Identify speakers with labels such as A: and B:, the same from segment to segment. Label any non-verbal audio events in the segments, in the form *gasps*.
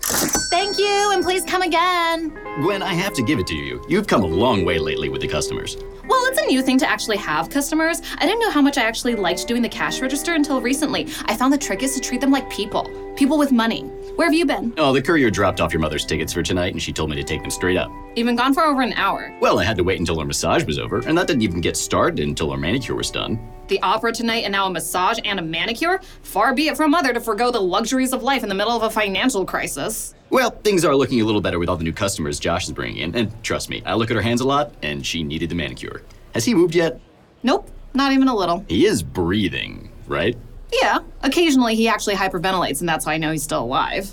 A: Thank you, and please come again.
B: Gwen, I have to give it to you. You've come a long way lately with the customers.
A: Well, it's a new thing to actually have customers. I didn't know how much I actually liked doing the cash register until recently. I found the trick is to treat them like people people with money. Where have you been?
B: Oh, the courier dropped off your mother's tickets for tonight, and she told me to take them straight up.
A: You've been gone for over an hour.
B: Well, I had to wait until her massage was over, and that didn't even get started until her manicure was done.
A: The opera tonight, and now a massage and a manicure? Far be it from mother to forego the luxuries of life in the middle of a financial crisis.
B: Well, things are looking a little better with all the new customers Josh is bringing in, and trust me, I look at her hands a lot, and she needed the manicure. Has he moved yet?
A: Nope, not even a little.
B: He is breathing, right?
A: Yeah, occasionally he actually hyperventilates, and that's how I know he's still alive.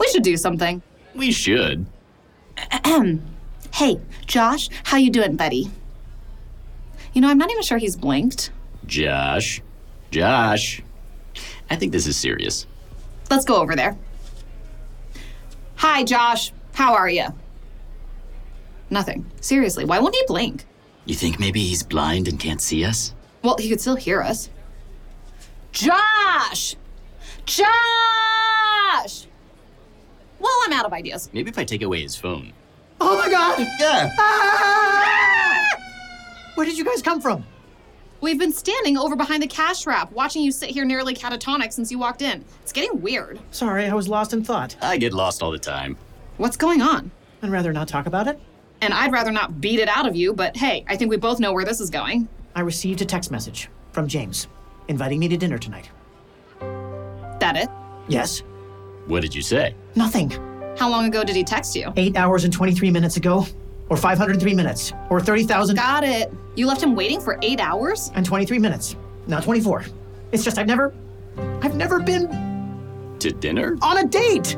A: We should do something.
B: We should.
A: *clears throat* Hey, Josh, how you doing, buddy? You know, I'm not even sure he's blinked.
B: Josh. Josh. I think this is serious.
A: Let's go over there. Hi, Josh. How are you? Nothing. Seriously, why won't he blink?
B: You think maybe he's blind and can't see us?
A: Well, he could still hear us. Josh! Josh! Well, I'm out of ideas.
B: Maybe if I take away his phone.
C: Oh my god! Ah!
B: Yeah.
C: Where did you guys come from?
A: We've been standing over behind the cash wrap, watching you sit here nearly catatonic since you walked in. It's getting weird.
C: Sorry, I was lost in thought.
B: I get lost all the time.
A: What's going on?
C: I'd rather not talk about it.
A: And I'd rather not beat it out of you, but hey, I think we both know where this is going.
C: I received a text message from James inviting me to dinner tonight.
A: That it?
C: Yes.
B: What did you say?
C: Nothing.
A: How long ago did he text you?
C: Eight hours and 23 minutes ago, or 503 minutes, or 30,000
A: Got it. You left him waiting for eight hours?
C: and 23 minutes, not 24. It's just I've never, I've never been
B: To dinner?
C: on a date.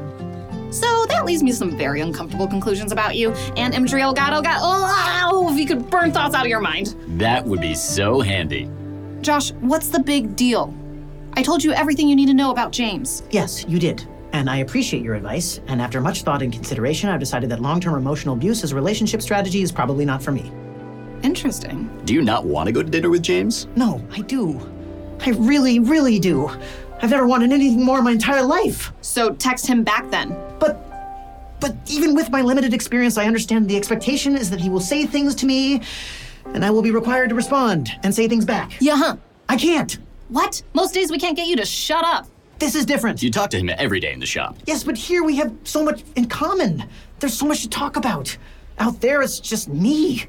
A: So that leaves me to some very uncomfortable conclusions about you. And Imdri Elgato got. Oh, if you could burn thoughts out of your mind.
B: That would be so handy.
A: Josh, what's the big deal? I told you everything you need to know about James.
C: Yes, you did. And I appreciate your advice. And after much thought and consideration, I've decided that long term emotional abuse as a relationship strategy is probably not for me.
A: Interesting.
B: Do you not want to go to dinner with James?
C: No, I do. I really, really do. I've never wanted anything more in my entire life.
A: So text him back then.
C: But but even with my limited experience, I understand the expectation is that he will say things to me and I will be required to respond and say things back.
A: Yeah, huh?
C: I can't.
A: What? Most days we can't get you to shut up.
C: This is different.
B: You talk to him every day in the shop.
C: yes, but here we have so much in common. There's so much to talk about. Out there it's just me.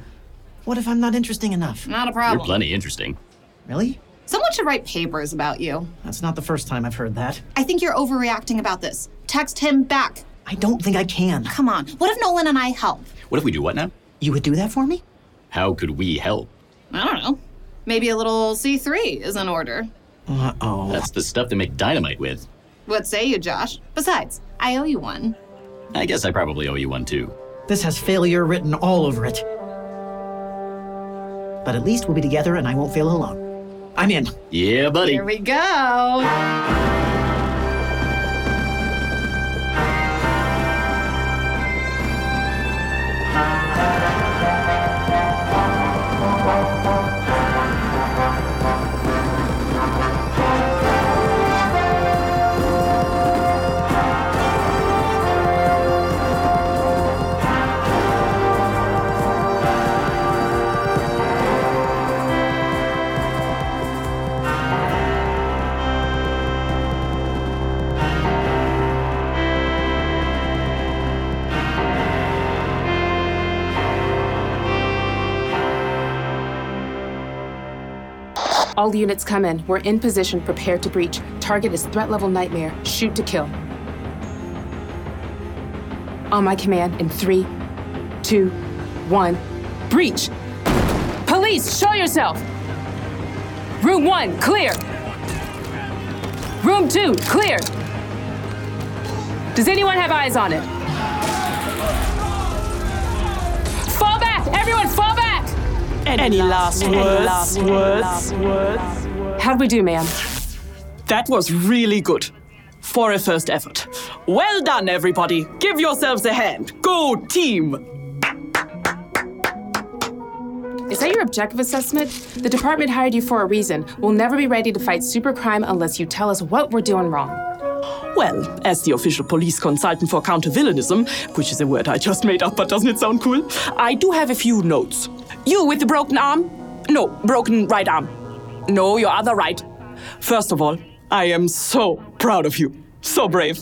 C: What if I'm not interesting enough?
A: Not a
B: You're
A: problem.
B: plenty interesting.
C: Really?
A: Someone should write papers about you.
C: That's not the first time I've heard that.
A: I think you're overreacting about this. Text him back.
C: I don't think I can.
A: Come on. What if Nolan and I help?
B: What if we do what now?
C: You would do that for me?
B: How could we help?
A: I don't know. Maybe a little C3 is in order.
C: Uh-oh.
B: That's the stuff they make dynamite with.
A: What say you, Josh? Besides, I owe you one.
B: I guess I probably owe you one too.
C: This has failure written all over it. But at least we'll be together and I won't feel alone. I'm in.
B: Yeah, buddy.
A: Here we go.
D: All units come in. We're in position, prepared to breach. Target is threat level nightmare. Shoot to kill. On my command in three, two, one, breach! Police, show yourself! Room one, clear! Room two, clear! Does anyone have eyes on it? Fall back! Everyone, fall back!
E: Any last words? words?
D: How'd we do, ma'am?
E: That was really good. For a first effort. Well done, everybody. Give yourselves a hand. Go, team.
D: Is that your objective assessment? The department hired you for a reason. We'll never be ready to fight supercrime unless you tell us what we're doing wrong.
E: Well, as the official police consultant for countervillainism, which is a word I just made up, but doesn't it sound cool? I do have a few notes. You with the broken arm? No, broken right arm. No, your other right. First of all, I am so proud of you. So brave.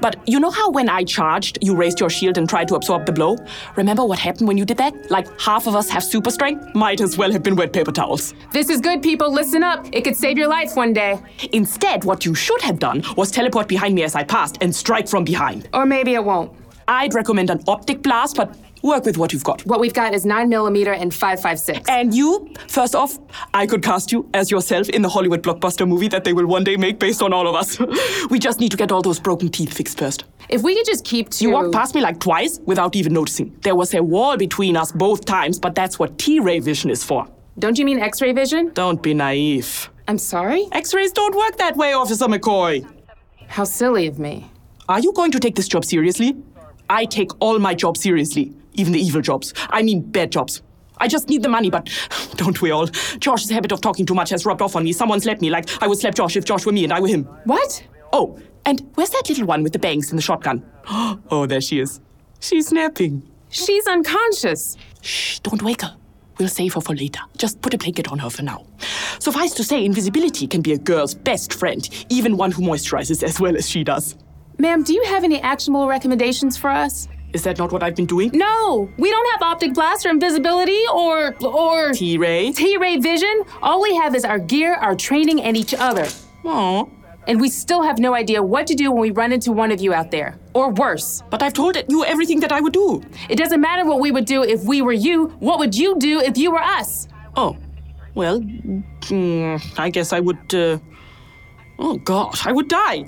E: But you know how when I charged, you raised your shield and tried to absorb the blow? Remember what happened when you did that? Like half of us have super strength? Might as well have been wet paper towels.
D: This is good, people. Listen up. It could save your life one day.
E: Instead, what you should have done was teleport behind me as I passed and strike from behind.
D: Or maybe it won't.
E: I'd recommend an optic blast, but work with what you've got.
D: What we've got is 9mm and 5.56.
E: And you, first off, I could cast you as yourself in the Hollywood blockbuster movie that they will one day make based on all of us. *laughs* we just need to get all those broken teeth fixed first.
D: If we could just keep to.
E: You walked past me like twice without even noticing. There was a wall between us both times, but that's what T ray vision is for.
D: Don't you mean x ray vision?
E: Don't be naive.
D: I'm sorry?
E: X rays don't work that way, Officer McCoy.
D: How silly of me.
E: Are you going to take this job seriously? I take all my jobs seriously, even the evil jobs. I mean, bad jobs. I just need the money, but *sighs* don't we all? Josh's habit of talking too much has rubbed off on me. Someone slapped me like I would slap Josh if Josh were me and I were him.
D: What?
E: Oh, and where's that little one with the bangs and the shotgun? Oh, there she is. She's napping.
D: She's unconscious.
E: Shh, don't wake her. We'll save her for later. Just put a blanket on her for now. Suffice to say, invisibility can be a girl's best friend, even one who moisturizes as well as she does.
D: Ma'am, do you have any actionable recommendations for us?
E: Is that not what I've been doing?
D: No, we don't have optic blast or invisibility or. or.
E: T Ray?
D: T ray vision. All we have is our gear, our training, and each other.
E: Aw.
D: And we still have no idea what to do when we run into one of you out there. Or worse.
E: But I've told you everything that I would do.
D: It doesn't matter what we would do if we were you. What would you do if you were us?
E: Oh, well, mm, I guess I would. Uh, oh, gosh, I would die.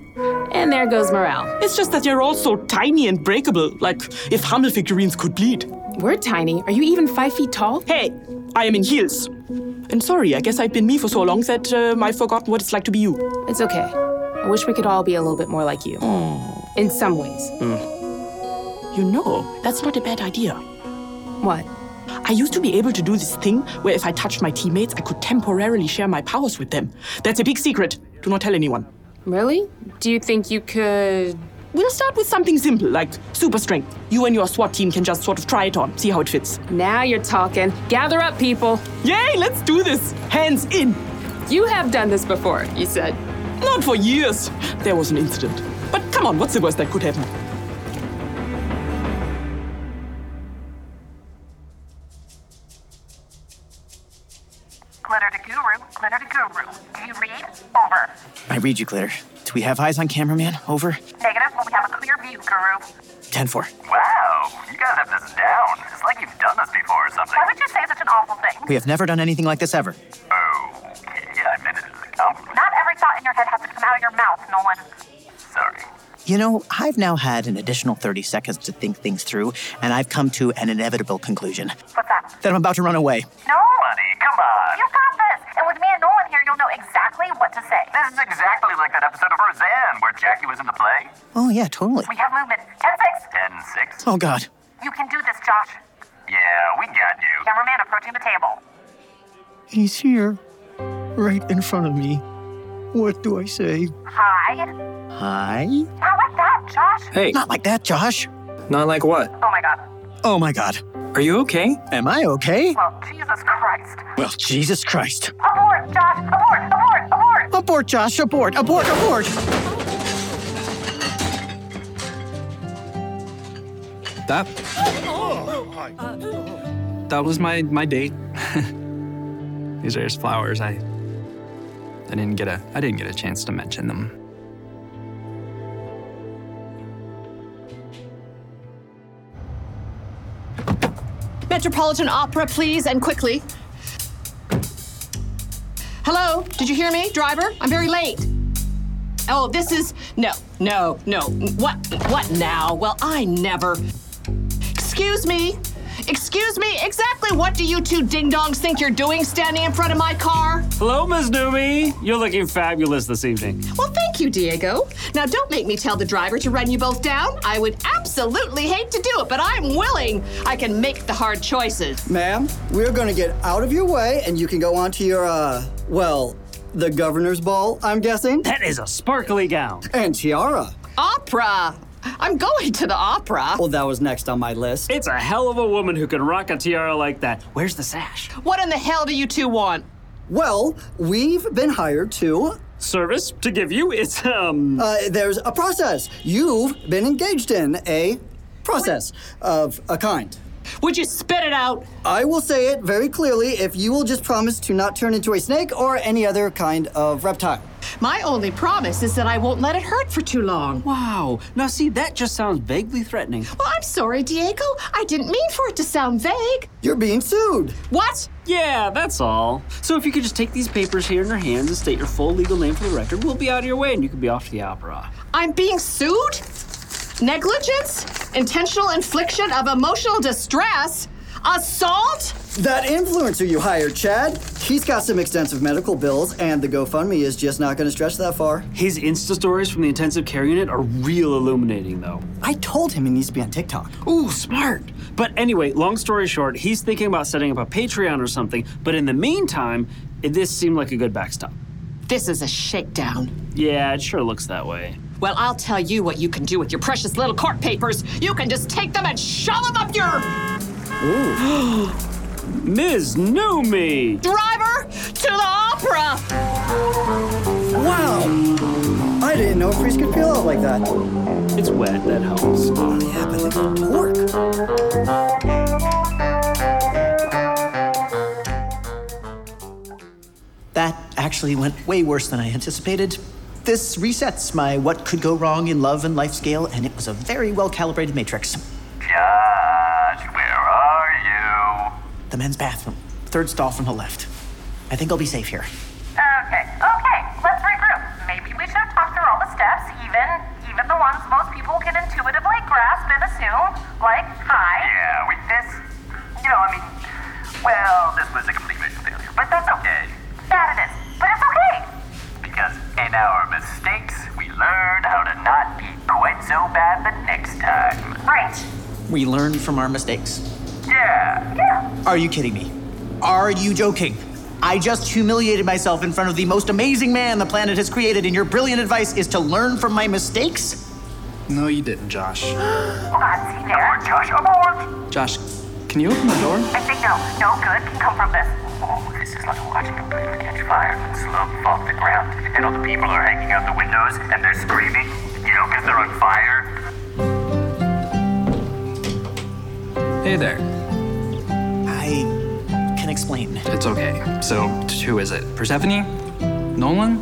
D: And there goes morale.
E: It's just that you're all so tiny and breakable, like if Hummel figurines could bleed.
D: We're tiny. Are you even five feet tall?
E: Hey, I am in heels. And sorry, I guess I've been me for so long that um, I've forgotten what it's like to be you.
D: It's okay. I wish we could all be a little bit more like you.
E: Oh.
D: In some ways.
F: Oh
E: You know, that's not a bad idea.
D: What?
E: I used to be able to do this thing where if I touched my teammates, I could temporarily share my powers with them. That's a big secret. Do not tell anyone.
D: Really? Do you think you could.
E: We'll start with something simple, like super strength. You and your SWAT team can just sort of try it on, see how it fits.
D: Now you're talking. Gather up, people.
E: Yay, let's do this! Hands in!
D: You have done this before, you said.
E: Not for years. There was an incident. But come on, what's the worst that could happen?
A: Glitter to Guru, Glitter to Guru. Do you read? Over.
C: I read you, Glitter. Do we have eyes on cameraman? Over.
A: Negative, but we have a clear view, Guru.
C: 10 4.
G: Wow, you guys have this down. It's like you've done this before or something.
A: Why would you say such an awful thing?
C: We have never done anything like this ever.
G: Okay, I meant it as a compliment.
A: Not every thought in your head has to come out of your mouth, Nolan.
G: Sorry.
C: You know, I've now had an additional 30 seconds to think things through, and I've come to an inevitable conclusion
A: What's that?
C: that I'm about to run away.
A: No!
G: Buddy, come on.
A: You got this! And with me and Nolan here, you'll know exactly what to say.
G: This is exactly like that episode of Roseanne where Jackie was in the play.
C: Oh, yeah, totally.
A: We have movement. 10 6.
G: 10 6.
C: Oh, God.
A: You can do this, Josh.
G: Yeah, we got you.
A: Cameraman approaching the table.
H: He's here, right in front of me. What do I say?
A: Hi.
C: Hi?
A: Not like that, Josh. uh,
I: Hey,
C: Not like that, Josh.
I: not like what?
A: Oh my god.
C: Oh, my God.
I: Are you okay?
C: Am I okay?
A: Well, Jesus Christ.
C: Well, Jesus Christ.
A: Abort, Josh! Abort! Abort! Abort!
C: Abort, Josh, abort, abort, abort!
I: That. That was my my date. *laughs* These are his flowers. I. I didn't get a I didn't get a chance to mention them.
J: Metropolitan Opera, please, and quickly. Hello, did you hear me, driver? I'm very late. Oh, this is no, no, no. What what now? Well, I never. Excuse me. Excuse me. Exactly what do you two ding-dongs think you're doing standing in front of my car?
K: Hello, Ms. Newby. You're looking fabulous this evening.
J: Well, thank you, Diego. Now, don't make me tell the driver to run you both down. I would absolutely hate to do it, but I'm willing. I can make the hard choices.
H: Ma'am, we're gonna get out of your way and you can go on to your, uh, well, The governor's ball, I'm guessing? That is a sparkly gown. And tiara.
J: Opera. I'm going to the opera.
H: Well, that was next on my list.
K: It's a hell of a woman who can rock a tiara like that. Where's the sash?
J: What in the hell do you two want?
H: Well, we've been hired to.
K: Service to give you? It's, um.
H: Uh, there's a process. You've been engaged in a process of a kind.
J: Would you spit it out?
H: I will say it very clearly if you will just promise to not turn into a snake or any other kind of reptile.
J: My only promise is that I won't let it hurt for too long.
K: Wow. Now, see, that just sounds vaguely threatening.
J: Well, Oh, I'm sorry, Diego. I didn't mean for it to sound vague.
H: You're being sued.
J: What?
K: Yeah, that's all. So, if you could just take these papers here in your hands and state your full legal name for the record, we'll be out of your way and you can be off to the opera.
J: I'm being sued? Negligence? Intentional infliction of emotional distress? Assault?
H: That influencer you hired, Chad, he's got some extensive medical bills, and the GoFundMe is just not going to stretch that far.
K: His Insta stories from the intensive care unit are real illuminating, though.
H: I told him he needs to be on TikTok.
K: Ooh, smart. But anyway, long story short, he's thinking about setting up a Patreon or something, but in the meantime, it- this seemed like a good backstop.
J: This is a shakedown.
K: Yeah, it sure looks that way.
J: Well, I'll tell you what you can do with your precious little court papers. You can just take them and shove them up your.
K: Ooh. *gasps* Ms. Noomi!
J: Driver to the opera!
H: Wow! I didn't know Freeze could peel out like that. Oh,
K: It's wet, that helps.
H: Yeah, but they got torque.
C: That actually went way worse than I anticipated. This resets my what could go wrong in love and life scale, and it was a very well calibrated matrix.
E: Josh, where are you?
C: The men's bathroom, third stall from the left. I think I'll be safe here.
A: Okay, okay, let's regroup. Maybe we should have talked through all the steps, even even the ones most people can intuitively grasp and assume, like hi.
E: Yeah, we this. You know, I mean, well, this was a complete mission failure, but that's okay
A: That it is, but it's okay.
E: because in our mistakes we learn how to not be quite so bad the next time.
A: Right.
C: We learn from our mistakes.
E: Yeah.
A: *gasps*
C: Are you kidding me? Are you joking? I just humiliated myself in front of the most amazing man the planet has created, and your brilliant advice is to learn from my mistakes?
I: No, you didn't, Josh.
A: Nazi Oh, there.
E: Josh, abort!
I: Josh, can you open the door?
A: I think no, no good can come from this.
E: Oh, this is like watching a plane catch fire and slowly fall to the ground, and all the people are hanging out the windows and they're screaming, you know, because they're on fire.
I: Hey there.
C: I can explain.
I: It's okay. So, t- who is it? Persephone? Nolan?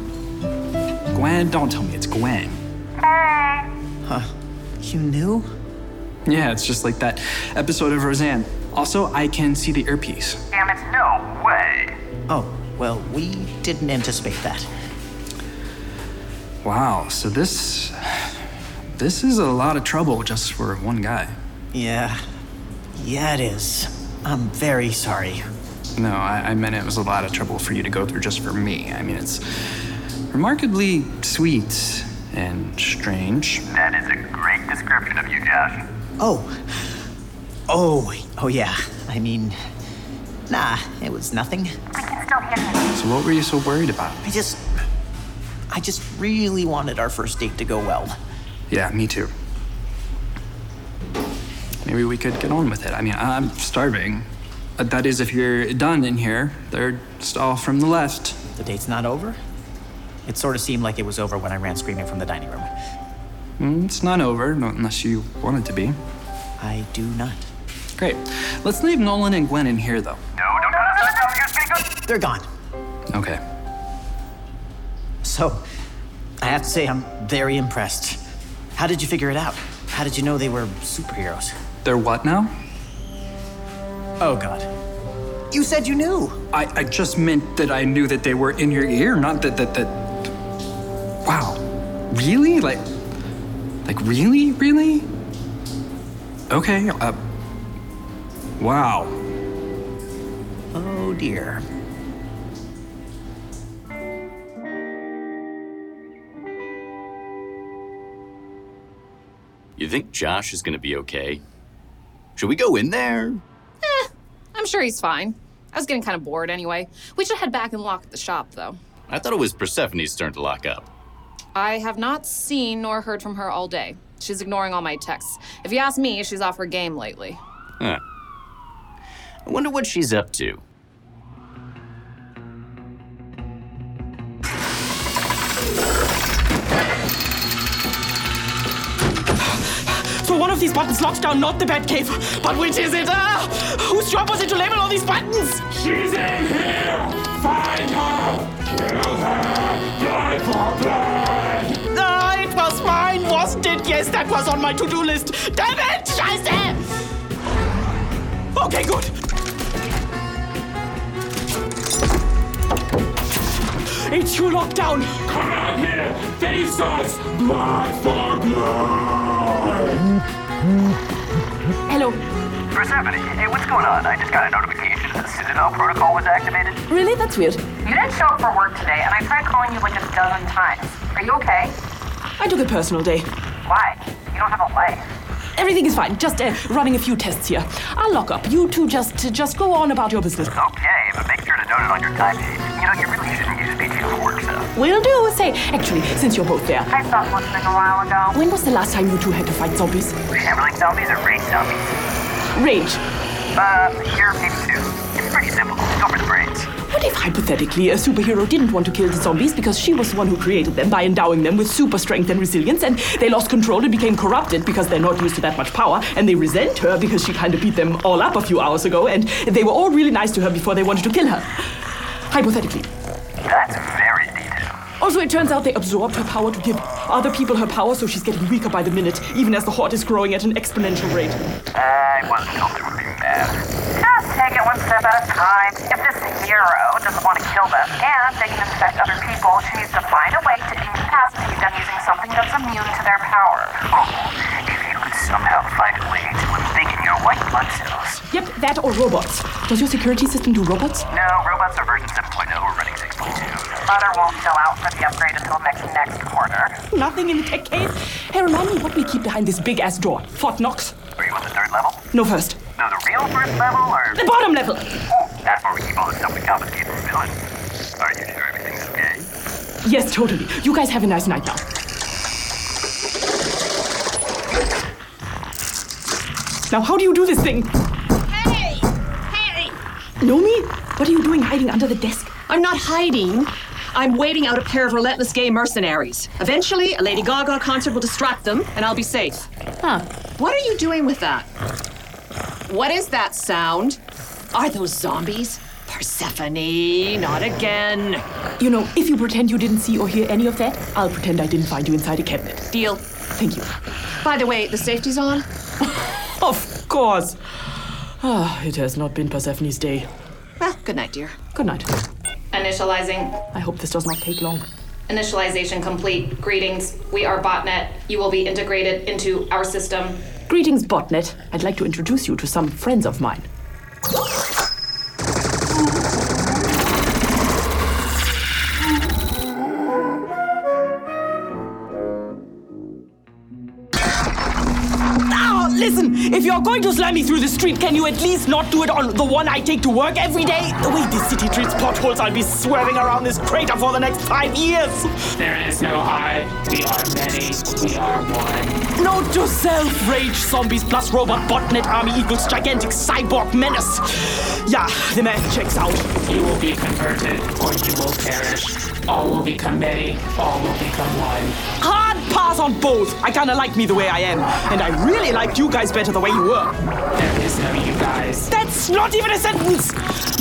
I: Gwen? Don't tell me it's Gwen.
C: Huh. You knew?
I: Yeah, it's just like that episode of Roseanne. Also, I can see the earpiece.
E: Damn it, no way.
C: Oh, well, we didn't anticipate that.
I: Wow, so this. This is a lot of trouble just for one guy.
C: Yeah. Yeah, it is. I'm very sorry.
I: No, I, I meant it was a lot of trouble for you to go through just for me. I mean, it's remarkably sweet and strange.
E: That is a great description of you, Josh.
C: Oh. Oh, oh yeah. I mean, nah, it was nothing.
I: So, what were you so worried about?
C: I just. I just really wanted our first date to go well.
I: Yeah, me too. Maybe we could get on with it. I mean, I'm starving. Uh, That is, if you're done in here, third stall from the left.
C: The date's not over? It sort of seemed like it was over when I ran screaming from the dining room.
I: Mm, It's not over, not unless you want it to be.
C: I do not.
I: Great. Let's leave Nolan and Gwen in here, though.
E: No, no, no, no, no, you speak up.
C: They're gone.
I: Okay.
C: So, I have to say, I'm very impressed. How did you figure it out? How did you know they were superheroes?
I: They're what now?
C: Oh, God. You said you knew.
I: I, I just meant that I knew that they were in your ear, not that, that, that. Wow. Really? Like, like, really? Really? Okay. Uh, wow.
C: Oh, dear.
B: You think Josh is gonna be okay? Should we go in there?
L: I'm sure he's fine. I was getting kind of bored anyway. We should head back and lock the shop, though.
B: I thought it was Persephone's turn to lock up.
A: I have not seen nor heard from her all day. She's ignoring all my texts. If you ask me, she's off her game lately.
B: Huh. I wonder what she's up to.
E: So one of these buttons locks down not the Batcave, but which is it? Ah, whose job was it to label all these buttons?
M: She's in here! Find her! Kill her! Die for blood!
E: Ah, it was mine, wasn't it? Yes, that was on my to-do list. Damn it! Scheiße! Okay, good. It's your lockdown.
M: Come out here! Face us! Blood for blood!
D: Hello.
N: Persephone, hey, what's going on? I just got a notification that the Citadel Protocol was activated.
D: Really? That's weird.
O: You didn't show up for work today, and I tried calling you like a dozen times. Are you okay?
E: I took a personal day.
O: Why? You don't have a life.
E: Everything is fine. Just uh, running a few tests here. I'll lock up. You two just uh, just go on about your business.
N: Okay, but make sure to note it on your timesheet. You know, you really shouldn't use PTO for work stuff.
E: Will do. Say, actually, since you're both there,
O: I stopped listening a while ago.
E: when was the last time you two had to fight zombies?
N: Shambling zombies or rage zombies?
E: Rage.
N: Uh, here, maybe two. It's pretty simple. Go for the brains.
E: What if hypothetically a superhero didn't want to kill the zombies because she was the one who created them by endowing them with super strength and resilience, and they lost control and became corrupted because they're not used to that much power, and they resent her because she kind of beat them all up a few hours ago, and they were all really nice to her before they wanted to kill her. Hypothetically.
N: That's very detailed.
E: Also, it turns out they absorbed her power to give other people her power, so she's getting weaker by the minute, even as the horde is growing at an exponential rate.
N: I wasn't hoping it would be mad.
O: Just take it one step at a time. If this hero doesn't want to kill them and they can infect other people, she needs to find a way to incapacitate them using something that's immune to their power.
N: If you could somehow find a way to awaken your white blood cells.
E: Yep, that or robots. Does your security system do robots?
N: No, robots are version 7.0 or running 6.2.
O: Mother won't fill out for the upgrade until next next quarter.
E: Nothing in the tech cave. Hey, remind me what we keep behind this big ass door. Fort Knox?
N: Are you on the third level?
E: No, first.
N: No, the real first level or.
E: The bottom level!
N: That's where we keep all the stuff we confiscated from villains. Are you sure everything's okay?
E: Yes, totally. You guys have a nice night now. Now, how do you do this thing?
D: Hey! Hey!
E: Nomi? What are you doing hiding under the desk?
J: I'm not hiding. I'm waiting out a pair of relentless gay mercenaries. Eventually, a Lady Gaga concert will distract them, and I'll be safe.
D: Huh.
J: What are you doing with that? What is that sound? Are those zombies? Persephone, not again.
E: You know, if you pretend you didn't see or hear any of that, I'll pretend I didn't find you inside a cabinet.
J: Deal.
E: Thank you.
J: By the way, the safety's on?
E: Of course. Ah, it has not been Persephone's day.
J: Well, good night, dear.
E: Good night.
A: Initializing.
E: I hope this does not take long.
A: Initialization complete. Greetings. We are botnet. You will be integrated into our system.
E: Greetings, Botnet. I'd like to introduce you to some friends of mine. Now, Ah, listen, if you're going to slam me through the street, can you at least not do it on the one I take to work every day? The way this city treats potholes, I'll be swerving around this crater for the next five years.
M: There is no I. We are many. We are one.
E: Note to self, rage zombies plus robot botnet army equals gigantic cyborg menace. Yeah, the math checks out.
M: You will be converted, or you will perish. All will become many. All will become one.
E: Hard pass on both. I kinda like me the way I am. And I really liked you guys better the way you were.
M: There is no you guys.
E: That's not even a sentence!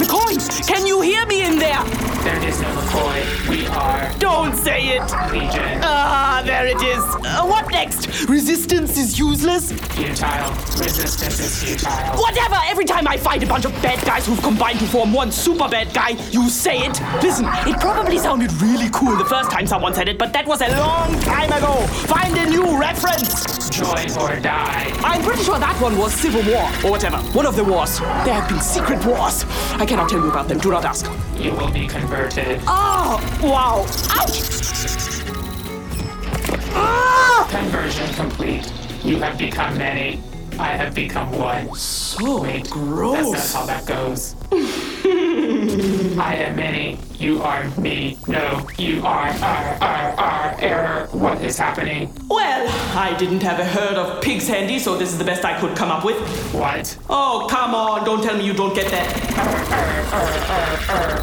E: McCoy, can you hear me in there?
M: There is no McCoy. We are
E: Don't say it!
M: Legion.
E: Ah, there it is. Uh, what next? Resistance is useless?
M: Futile. Resistance is futile.
E: Whatever! Every time I fight a bunch of bad guys who've combined to form one super bad guy, you say it. Listen, it probably sounded really cool the first time someone said it, but that was a long time ago. Find a new reference.
M: Join or die.
E: I'm pretty sure that one was Civil War, or whatever. One of the wars. There have been secret wars. I cannot tell you about them. Do not ask.
M: You will be converted.
E: Oh, wow. Ouch! Ah!
M: Conversion complete. You have become many. I have become one.
E: So
M: Wait,
E: gross.
M: That's not how that goes. I am many. You are me. No, you are, are, are, are, error. What is happening?
E: Well, I didn't have a herd of pigs handy, so this is the best I could come up with.
M: What?
E: Oh, come on, don't tell me you don't get that.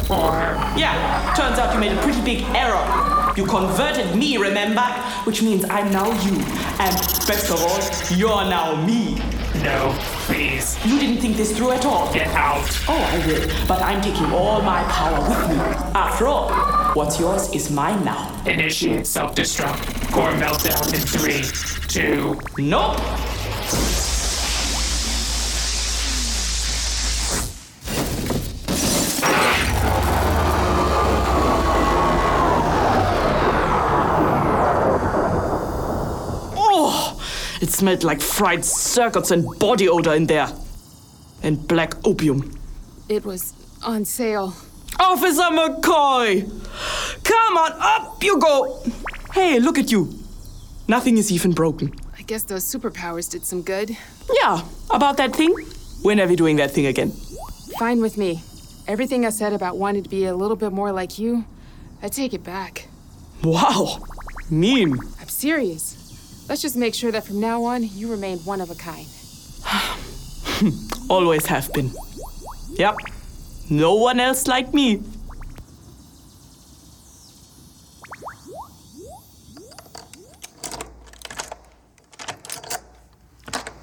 E: Yeah, turns out you made a pretty big error. You converted me, remember? Which means I'm now you. And best of all, you're now me.
M: No, please.
E: You didn't think this through at all.
M: Get out.
E: Oh, I will. But I'm taking all my power with me. After all, what's yours is mine now.
M: Initiate self destruct. Core meltdown in three, two.
E: Nope. Oh, it smelled like fried circuits and body odor in there. And black opium.
D: It was on sale.
E: Officer McCoy! Come on, up you go! Hey, look at you. Nothing is even broken.
D: I guess those superpowers did some good.
E: Yeah, about that thing? We're never doing that thing again.
D: Fine with me. Everything I said about wanting to be a little bit more like you, I take it back.
E: Wow, mean.
D: I'm serious. Let's just make sure that from now on, you remain one of a kind.
E: Always have been. Yep, no one else like me.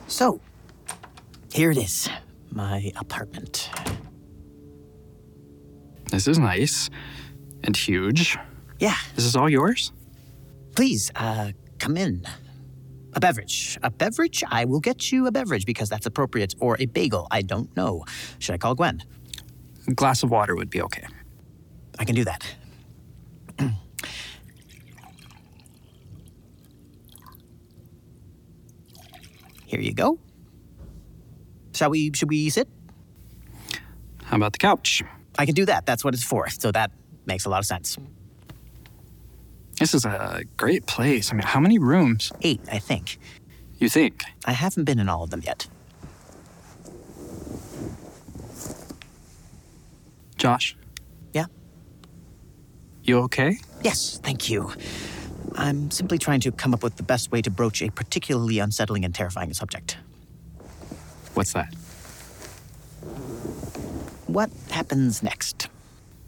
C: So, here it is my apartment.
I: This is nice and huge.
C: Yeah.
I: This is all yours?
C: Please, uh, come in. A beverage. A beverage? I will get you a beverage because that's appropriate. Or a bagel. I don't know. Should I call Gwen?
I: A glass of water would be okay.
C: I can do that. *clears throat* Here you go. Shall we? Should we sit?
I: How about the couch?
C: I can do that. That's what it's for. So that makes a lot of sense.
I: This is a great place. I mean, how many rooms?
C: Eight, I think.
I: You think?
C: I haven't been in all of them yet.
I: Josh?
C: Yeah?
I: You okay?
C: Yes, thank you. I'm simply trying to come up with the best way to broach a particularly unsettling and terrifying subject.
I: What's that?
C: What happens next?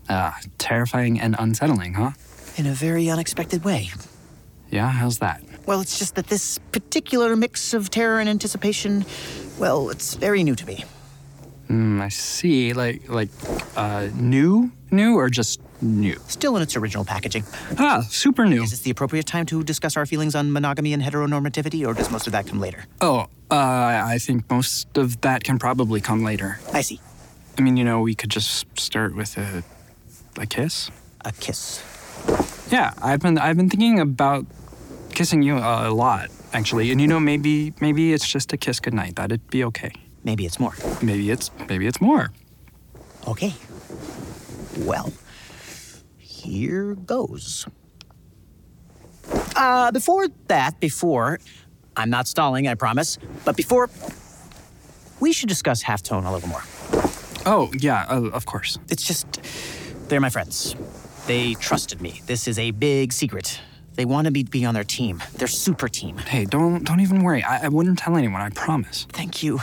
I: Ah, terrifying and unsettling, huh?
C: In a very unexpected way.
I: Yeah, how's that?
C: Well, it's just that this particular mix of terror and anticipation, well, it's very new to me.
I: Mm, I see. Like, like, uh, new, new, or just new?
C: Still in its original packaging.
I: Ah, super new.
C: Is this the appropriate time to discuss our feelings on monogamy and heteronormativity, or does most of that come later?
I: Oh, uh, I think most of that can probably come later.
C: I see.
I: I mean, you know, we could just start with a, a kiss.
C: A kiss.
I: Yeah, I've been, I've been thinking about kissing you a lot, actually. And you know, maybe, maybe it's just a kiss goodnight. That'd be okay.
C: Maybe it's more.
I: Maybe it's, maybe it's more.
C: Okay. Well, here goes. Uh, before that, before, I'm not stalling, I promise, but before, we should discuss halftone a little more.
I: Oh, yeah, uh, of course.
C: It's just, they're my friends. They trusted me. This is a big secret. They wanted me to be on their team, their super team.
I: Hey, don't don't even worry. I, I wouldn't tell anyone. I promise.
C: Thank you.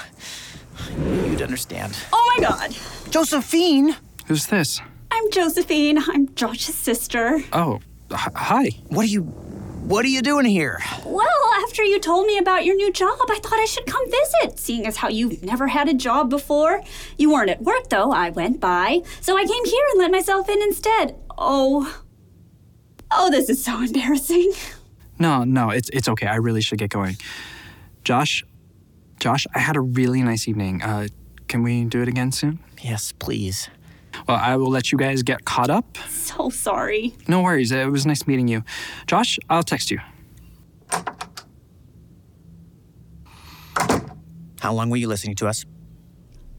C: I knew You'd understand.
F: Oh my God!
C: Josephine!
I: Who's this?
F: I'm Josephine. I'm Josh's sister.
I: Oh, h- hi.
C: What are you What are you doing here?
F: Well, after you told me about your new job, I thought I should come visit, seeing as how you've never had a job before. You weren't at work, though. I went by. So I came here and let myself in instead. Oh. Oh, this is so *laughs* embarrassing.
I: No, no, it's it's okay. I really should get going. Josh, Josh, I had a really nice evening. Uh, can we do it again soon?
C: Yes, please.
I: Well, I will let you guys get caught up.
F: So sorry.
I: No worries. It was nice meeting you. Josh, I'll text you.
C: How long were you listening to us?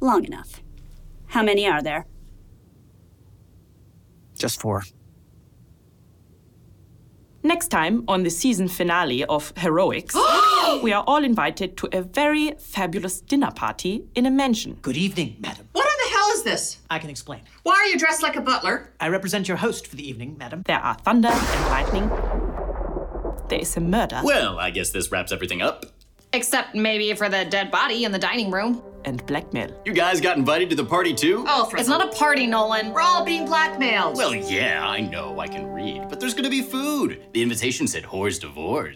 F: Long enough. How many are there?
C: Just four.
E: Next time on the season finale of *gasps* Heroics, we are all invited to a very fabulous dinner party in a mansion.
C: Good evening, madam.
J: What in the hell is is this?
P: I can explain.
J: Why are you dressed like a butler?
P: I represent your host for the evening, madam.
E: There are thunder and lightning. There is a murder.
B: Well, I guess this wraps everything up.
A: Except maybe for the dead body in the dining room.
E: And blackmail.
B: You guys got invited to the party too?
A: it's not a party, Nolan.
J: We're all being blackmailed.
B: Well, yeah, I know I can read, but there's gonna be food. The invitation said whore's divorce.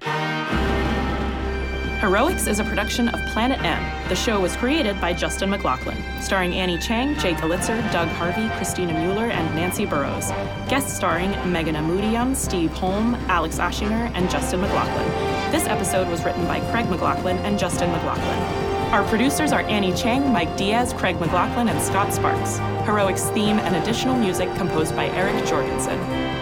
E: Heroics is a production of Planet M. The show was created by Justin McLaughlin, starring Annie Chang, Jake Elitzer, Doug Harvey, Christina Mueller, and Nancy Burrows. Guest starring Megan Amudiam, Steve Holm, Alex Ashinger, and Justin McLaughlin. This episode was written by Craig McLaughlin and Justin McLaughlin. Our producers are Annie Chang, Mike Diaz, Craig McLaughlin, and Scott Sparks. Heroic's theme and additional music composed by Eric Jorgensen.